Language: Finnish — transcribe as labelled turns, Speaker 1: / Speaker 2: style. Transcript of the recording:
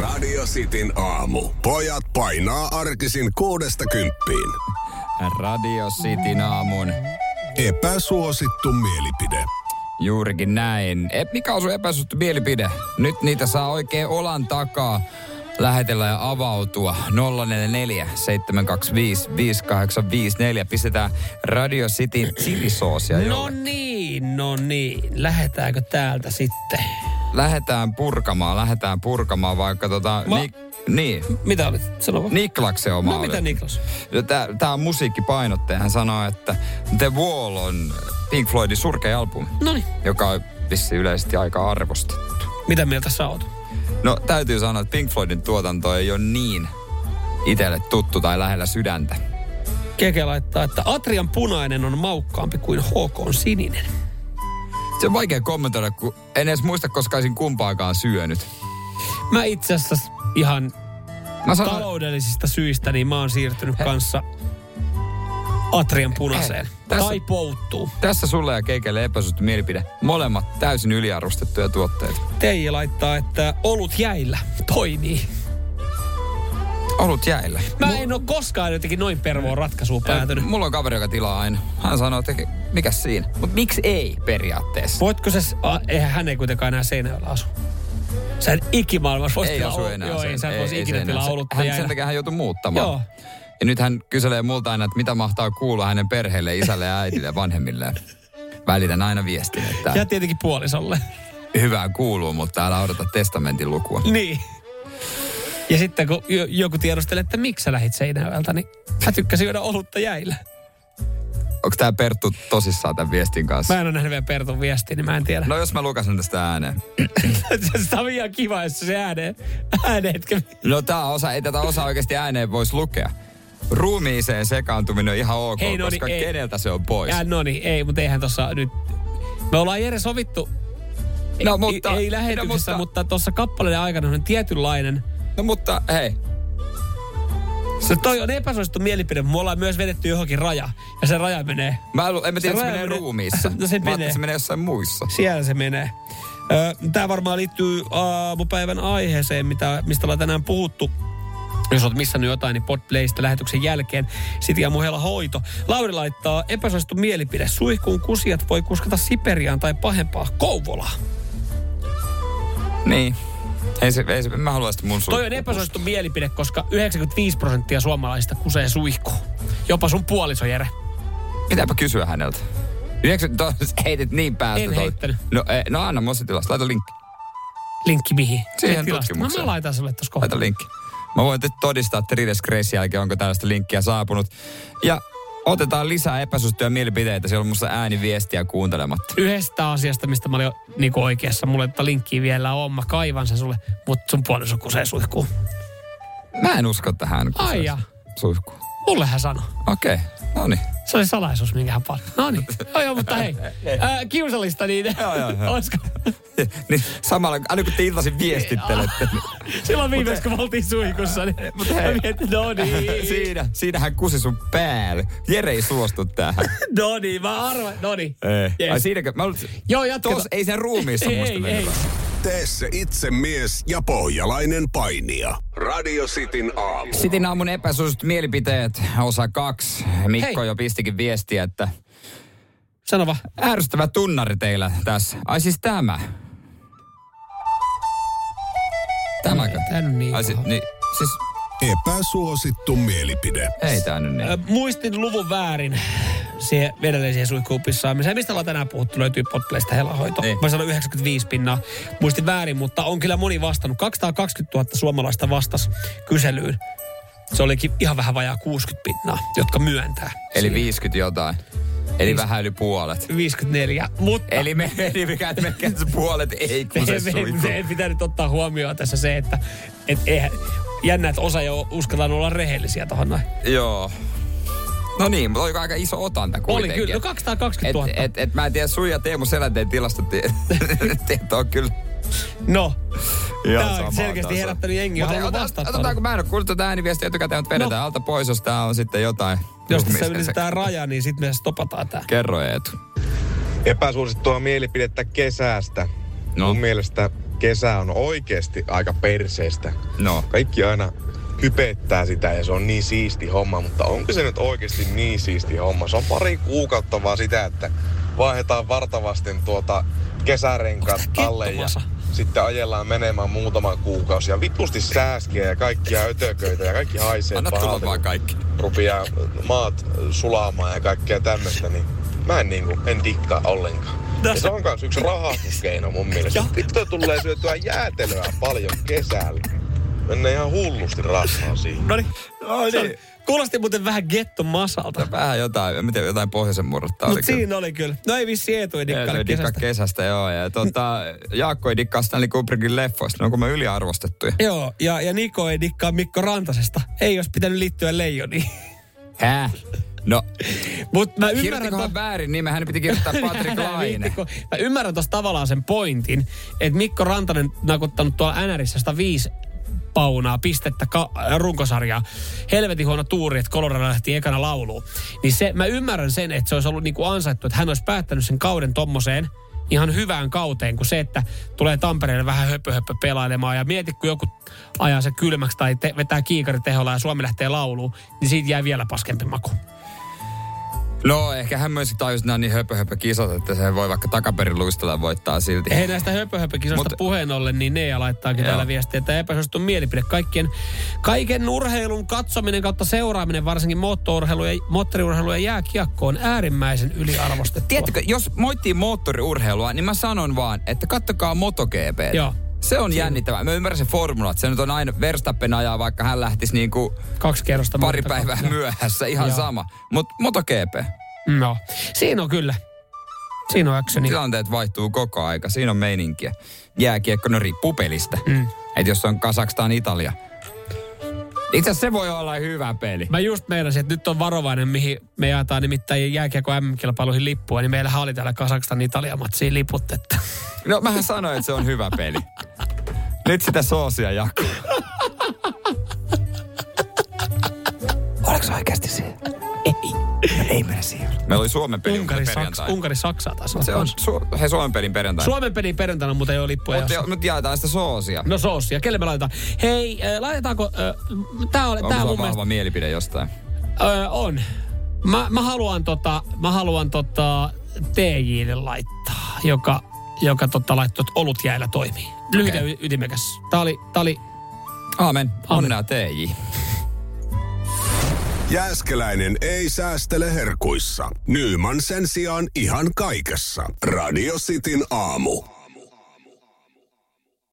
Speaker 1: Radio Cityn aamu. Pojat painaa arkisin kuudesta kymppiin.
Speaker 2: Radio Cityn aamun.
Speaker 1: Epäsuosittu mielipide.
Speaker 2: Juurikin näin. Et mikä on sun epäsuosittu mielipide? Nyt niitä saa oikein olan takaa lähetellä ja avautua. 044 725 5854. Pistetään Radio Cityn chilisoosia
Speaker 3: No
Speaker 2: jolle.
Speaker 3: niin, no niin. Lähetäänkö täältä sitten?
Speaker 2: Lähetään purkamaan, lähetään purkamaan vaikka tota...
Speaker 3: Ma-
Speaker 2: Nik- niin,
Speaker 3: Mitä olit? Sano vaan.
Speaker 2: Niklaksen oma
Speaker 3: No
Speaker 2: oli.
Speaker 3: mitä Niklas?
Speaker 2: Tämä on musiikkipainotteja. Hän sanoo, että The Wall on Pink Floydin surkea albumi,
Speaker 3: No niin.
Speaker 2: joka on vissi yleisesti aika arvostettu.
Speaker 3: Mitä mieltä sä oot?
Speaker 2: No täytyy sanoa, että Pink Floydin tuotanto ei ole niin itselle tuttu tai lähellä sydäntä.
Speaker 3: Keke laittaa, että Atrian punainen on maukkaampi kuin HK on sininen.
Speaker 2: Se on vaikea kommentoida, kun en edes muista, koska olisin kumpaakaan syönyt.
Speaker 3: Mä itse asiassa ihan
Speaker 2: Mä sanon,
Speaker 3: taloudellisista syistä, niin mä oon siirtynyt kanssa Atrian punaiseen.
Speaker 2: Hei, tässä-
Speaker 3: Tai pouttuu.
Speaker 2: tässä sulle ja Keikelle epäsuhtu mielipide. Molemmat täysin yliarvostettuja tuotteita.
Speaker 3: Teija laittaa, että olut jäillä toimii.
Speaker 2: Ollut jäillä.
Speaker 3: Mä en ole koskaan jotenkin noin pervoon ratkaisuun päätynyt.
Speaker 2: Mulla on kaveri, joka tilaa aina. Hän sanoo, että mikä siinä? Mutta miksi ei periaatteessa?
Speaker 3: Voitko se, s- a, eihän hän ei kuitenkaan enää seinällä asu. Sä et ikimaailmassa voisi
Speaker 2: ei
Speaker 3: tilaa
Speaker 2: asu
Speaker 3: ol-
Speaker 2: enää.
Speaker 3: Joo,
Speaker 2: sen-
Speaker 3: ei sä et voisi
Speaker 2: ei
Speaker 3: ikinä
Speaker 2: se enää.
Speaker 3: tilaa
Speaker 2: Se-
Speaker 3: olutta
Speaker 2: hän, Sen
Speaker 3: jäillä.
Speaker 2: takia hän joutui muuttamaan.
Speaker 3: Joo.
Speaker 2: Ja nyt hän kyselee multa aina, että mitä mahtaa kuulla hänen perheelle, isälle ja äidille ja vanhemmilleen. Välitän aina viestin, että
Speaker 3: Ja tietenkin puolisolle.
Speaker 2: hyvää kuuluu, mutta älä odota testamentin lukua.
Speaker 3: niin. Ja sitten kun jo- joku tiedustelee, että miksi sä lähit seinävältä, niin mä tykkäsin juoda olutta jäillä.
Speaker 2: Onko tämä Perttu tosissaan tämän viestin kanssa?
Speaker 3: Mä en ole nähnyt vielä Pertun viestiä, niin mä en tiedä.
Speaker 2: No jos mä lukasin tästä ääneen.
Speaker 3: Tämä on ihan kiva, jos se ääneen, ääneen hetken.
Speaker 2: No tää osa, ei tätä osaa oikeasti ääneen voisi lukea. Ruumiiseen sekaantuminen on ihan ok,
Speaker 3: Hei, no niin,
Speaker 2: koska
Speaker 3: ei.
Speaker 2: keneltä se on pois.
Speaker 3: Ja, no niin, ei, mutta eihän tossa nyt... Me ollaan Jere sovittu...
Speaker 2: No,
Speaker 3: ei-
Speaker 2: mutta-
Speaker 3: ei, ei lähetyksessä,
Speaker 2: no, mutta-
Speaker 3: no, mutta tuossa kappaleen aikana on tietynlainen...
Speaker 2: No mutta hei,
Speaker 3: Se toi on epäsuosittu mielipide, mutta me ollaan myös vedetty johonkin raja. Ja se raja menee.
Speaker 2: mä lu- en mä tiedä,
Speaker 3: Se
Speaker 2: se, se
Speaker 3: raja
Speaker 2: menee
Speaker 3: menee-
Speaker 2: ruumiissa.
Speaker 3: No se
Speaker 2: Mä ajattelin,
Speaker 3: menee.
Speaker 2: se menee jossain muissa.
Speaker 3: Siellä se menee. Tämä varmaan liittyy aamupäivän aiheeseen, mitä, mistä ollaan tänään puhuttu. Jos olet missannut jotain, niin Podplaysta lähetyksen jälkeen. Sitten ja muhella hoito. Lauri laittaa epäsuosittu mielipide. Suihkuun kusijat voi kuskata Siperiaan tai pahempaa Kouvolaan.
Speaker 2: Niin. Ei se, ei se, mä haluan sitä mun suihkuun.
Speaker 3: Toi on epäsuosittu mielipide, koska 95 prosenttia suomalaisista kusee suihkuun. Jopa sun puoliso, Jere.
Speaker 2: Pitääpä kysyä häneltä. 19 heitit niin päästä.
Speaker 3: En
Speaker 2: toi.
Speaker 3: heittänyt.
Speaker 2: No, ei, no anna mun se tilasta. Laita linkki.
Speaker 3: Linkki mihin?
Speaker 2: Siihen
Speaker 3: Sen tilasta. No,
Speaker 2: tutkimukseen.
Speaker 3: mä laitan sulle tuossa kohtaa.
Speaker 2: Laita linkki. Mä voin nyt todistaa, että Rides Grace jälkeen onko tällaista linkkiä saapunut. Ja otetaan lisää epäsuosittuja mielipiteitä. Siellä on musta ääniviestiä kuuntelematta.
Speaker 3: Yhdestä asiasta, mistä mä olin niin oikeassa, mulle tätä linkkiä vielä on, mä kaivan sen sulle, mutta sun puoliso kusee suihkuun.
Speaker 2: Mä en usko tähän. kun se
Speaker 3: Ai
Speaker 2: olisi
Speaker 3: ja.
Speaker 2: Suihku.
Speaker 3: Mulle hän sanoi.
Speaker 2: Okei, no niin.
Speaker 3: Se oli salaisuus, minkä hän pani. No niin. Joo, joo, mutta hei. Ää, kiusallista niin.
Speaker 2: Joo, joo, joo.
Speaker 3: Olisiko?
Speaker 2: niin samalla, aina kun te iltaisin viestittelette. niin-
Speaker 3: Silloin viimeksi, kun me oltiin suihkussa, niin
Speaker 2: Mut
Speaker 3: mä
Speaker 2: hei.
Speaker 3: mietin, no niin.
Speaker 2: Siinä, siinähän kusi sun päälle. Jere ei suostu tähän.
Speaker 3: No niin, mä arvoin. No niin.
Speaker 2: Ei.
Speaker 3: Yes.
Speaker 2: Ai siinäkö? Mä luulen,
Speaker 3: Joo, jatketaan.
Speaker 2: Tos, ei sen ruumiissa
Speaker 3: Ei,
Speaker 2: musta
Speaker 3: ei,
Speaker 2: mennyt.
Speaker 3: ei.
Speaker 1: Tee se itse mies ja pohjalainen painija. Radio Cityn aamu.
Speaker 2: Sitin aamun epäsuositut mielipiteet, osa kaksi. Mikko
Speaker 3: Hei.
Speaker 2: jo pistikin viestiä, että
Speaker 3: Sano vaan.
Speaker 2: ärsyttävä tunnari teillä tässä. Ai siis tämä. Tämäkö?
Speaker 3: Tää nyt niin
Speaker 2: Ai si,
Speaker 3: paha.
Speaker 2: niin, siis
Speaker 1: Epäsuosittu mielipide.
Speaker 2: ei tää nyt niin.
Speaker 3: Ö, muistin luvun väärin siihen vedelliseen suihkuun pissaamiseen. Mistä ollaan tänään puhuttu, löytyy potpleista helahoito.
Speaker 2: Niin.
Speaker 3: Mä sanoin 95 pinnaa. Muistin väärin, mutta on kyllä moni vastannut. 220 000 suomalaista vastas kyselyyn. Se olikin ihan vähän vajaa 60 pinnaa, jotka myöntää.
Speaker 2: Eli 50 jotain. Eli vähän yli puolet.
Speaker 3: 54, mutta...
Speaker 2: Eli me, eli mikä, että me se puolet ei kun se
Speaker 3: me,
Speaker 2: suihku.
Speaker 3: me, pitää nyt ottaa huomioon tässä se, että et eihän, jännä, että osa jo uskallaan olla rehellisiä tuohon noin.
Speaker 2: Joo. No niin, mutta oliko aika iso otanta
Speaker 3: Oli
Speaker 2: kuitenkin?
Speaker 3: kyllä, no 220
Speaker 2: Et,
Speaker 3: 000.
Speaker 2: et, et, mä en tiedä, sun ja Teemu Selänteen tilasta te, te, te on kyllä
Speaker 3: no,
Speaker 2: ihan
Speaker 3: Tää on
Speaker 2: samaa
Speaker 3: selkeästi
Speaker 2: tasoa.
Speaker 3: herättänyt jengiä,
Speaker 2: Mutta
Speaker 3: haluan
Speaker 2: ota-
Speaker 3: Niin, vastata
Speaker 2: Otetaanko, mä en ole kuullut tätä ääniviestiä etukäteen, mutta vedetään no. alta pois, jos tää on sitten jotain.
Speaker 3: jos tässä
Speaker 2: ruumiisen
Speaker 3: ylitetään
Speaker 2: seksi.
Speaker 3: raja, niin sitten me stopataan tää.
Speaker 2: Kerro Eetu.
Speaker 4: epäsuosittua mielipidettä kesästä.
Speaker 2: No.
Speaker 4: No. Mun mielestä kesä on oikeasti aika perseestä.
Speaker 2: No.
Speaker 4: Kaikki aina hypettää sitä ja se on niin siisti homma, mutta onko se nyt oikeasti niin siisti homma? Se on pari kuukautta vaan sitä, että vaihdetaan vartavasten tuota kesärenkaat alle ja
Speaker 3: kettumassa?
Speaker 4: sitten ajellaan menemään muutama kuukausi ja vitusti sääskiä ja kaikkia ötököitä ja kaikki haisee
Speaker 2: Anna tulla
Speaker 4: pahalta,
Speaker 2: vaan
Speaker 4: kun
Speaker 2: kaikki.
Speaker 4: rupeaa maat sulaamaan ja kaikkea tämmöistä, niin mä en niinku, en dikkaa ollenkaan.
Speaker 3: No
Speaker 4: Ja
Speaker 3: se-
Speaker 4: se on myös yksi rahastuskeino mun mielestä.
Speaker 3: Joo.
Speaker 4: Vittu tulee syötyä jäätelöä paljon kesällä. Mennään ihan hullusti rahaa siihen.
Speaker 3: No niin.
Speaker 2: No niin.
Speaker 3: Kuulosti muuten vähän getto masalta.
Speaker 2: Vähän jotain, en mä tiedä, jotain pohjoisen murretta oli
Speaker 3: Mutta siinä oli kyllä. No ei vissi Eetu ei
Speaker 2: Ei, se
Speaker 3: dikkaile
Speaker 2: ei dikkaa
Speaker 3: kesästä.
Speaker 2: kesästä, joo. Ja tuota, Jaakko ei dikkaa Stanley Kubrickin leffoista, ne on kuin me yliarvostettuja.
Speaker 3: Joo, ja, ja Niko ei dikkaa Mikko Rantasesta. Ei olisi pitänyt liittyä leijoniin.
Speaker 2: Häh? No,
Speaker 3: Mutta mä ymmärrän...
Speaker 2: kirjoitikohan
Speaker 3: ton-
Speaker 2: väärin nimen, hän piti kirjoittaa Patrick
Speaker 3: Älä
Speaker 2: Laine.
Speaker 3: viittiko. Mä ymmärrän tuossa tavallaan sen pointin, että Mikko Rantanen nakuttanut tuolla NRissä 105 paunaa, pistettä ka- äh, runkosarjaa. Helvetin huono tuuri, että Colorado lähti ekana lauluun. Niin se, mä ymmärrän sen, että se olisi ollut niinku ansaittu, että hän olisi päättänyt sen kauden tommoseen ihan hyvään kauteen, kuin se, että tulee Tampereelle vähän höpö, höpö pelailemaan ja mieti, kun joku ajaa se kylmäksi tai te- vetää kiikariteholla ja Suomi lähtee lauluun, niin siitä jää vielä paskempi maku.
Speaker 2: No, ehkä hän myös tajusi, että nämä on niin höpö, höpö kisat, että se voi vaikka takaperin luistella ja voittaa silti.
Speaker 3: Hei näistä höpöhöpökisoista
Speaker 2: Mut-
Speaker 3: puheen ollen, niin Nea laittaakin
Speaker 2: Joo.
Speaker 3: täällä viestiä, että epäsuosittu mielipide. Kaikkien, kaiken urheilun katsominen kautta seuraaminen, varsinkin moottoriurheilu ja, moottoriurheilu ja jääkiekko on äärimmäisen yliarvostettua.
Speaker 2: Tiedättekö, jos moittii moottoriurheilua, niin mä sanon vaan, että kattokaa MotoGP.
Speaker 3: Joo.
Speaker 2: Se on jännittävää. Mä ymmärrän se formula, että se nyt on aina Verstappen ajaa, vaikka hän lähtisi niinku
Speaker 3: Kaksi kerrosta.
Speaker 2: pari
Speaker 3: muuta-
Speaker 2: päivää myöhässä, ihan
Speaker 3: Joo.
Speaker 2: sama. Mutta MotoGP,
Speaker 3: No, siinä on kyllä. Siinä on
Speaker 2: niin.
Speaker 3: actioni.
Speaker 2: tilanteet vaihtuu koko aika, siinä on meininkiä. Jääkiekko, no riippuu pelistä.
Speaker 3: Mm.
Speaker 2: Et jos on Kasakstan, Italia. Itse asiassa se voi olla hyvä peli.
Speaker 3: Mä just meinasin, että nyt on varovainen, mihin me jaetaan nimittäin jääkiekko MM-kilpailuihin lippua, niin meillä oli täällä Kasakstan Italia-matsiin liput, että...
Speaker 2: No mähän sanoin, että se on hyvä peli. Nyt sitä soosia jakaa. Oliko se oikeasti siihen? Ei. No, Ei mene siihen. Meillä oli Suomen peli
Speaker 3: Unkari, Saks,
Speaker 2: perjantai.
Speaker 3: Unkari Saksaa taas.
Speaker 2: Se on su- he Suomen pelin perjantai.
Speaker 3: Suomen pelin perjantaina, mutta ei ole lippuja.
Speaker 2: Mutta
Speaker 3: jos-
Speaker 2: jo- nyt jaetaan sitä soosia.
Speaker 3: No soosia, kelle me laitetaan? Hei, äh, laitetaanko... Äh, tää oli,
Speaker 2: Onko
Speaker 3: tää
Speaker 2: sulla
Speaker 3: mun
Speaker 2: vahva
Speaker 3: mielestä...
Speaker 2: mielipide jostain?
Speaker 3: Äh, on. Mä, mä haluan tota, mä haluan tota TJlle laittaa, joka, joka tota laittoi, että olut jäillä toimii. Lyhyt okay.
Speaker 2: Okei.
Speaker 3: ja y- ytimekäs. Tää oli, tää oli
Speaker 2: Aamen.
Speaker 3: Aamen.
Speaker 2: Onnea TJ.
Speaker 1: Jääskeläinen ei säästele herkuissa. Nyman sen sijaan ihan kaikessa. Radio Cityn aamu.